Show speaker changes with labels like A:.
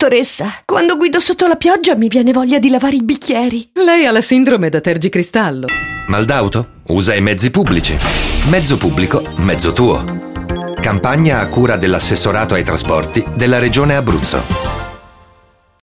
A: Dottoressa, quando guido sotto la pioggia mi viene voglia di lavare i bicchieri.
B: Lei ha la sindrome da tergicristallo.
C: Maldauto? Usa i mezzi pubblici. Mezzo pubblico, mezzo tuo. Campagna a cura dell'assessorato ai trasporti della Regione Abruzzo.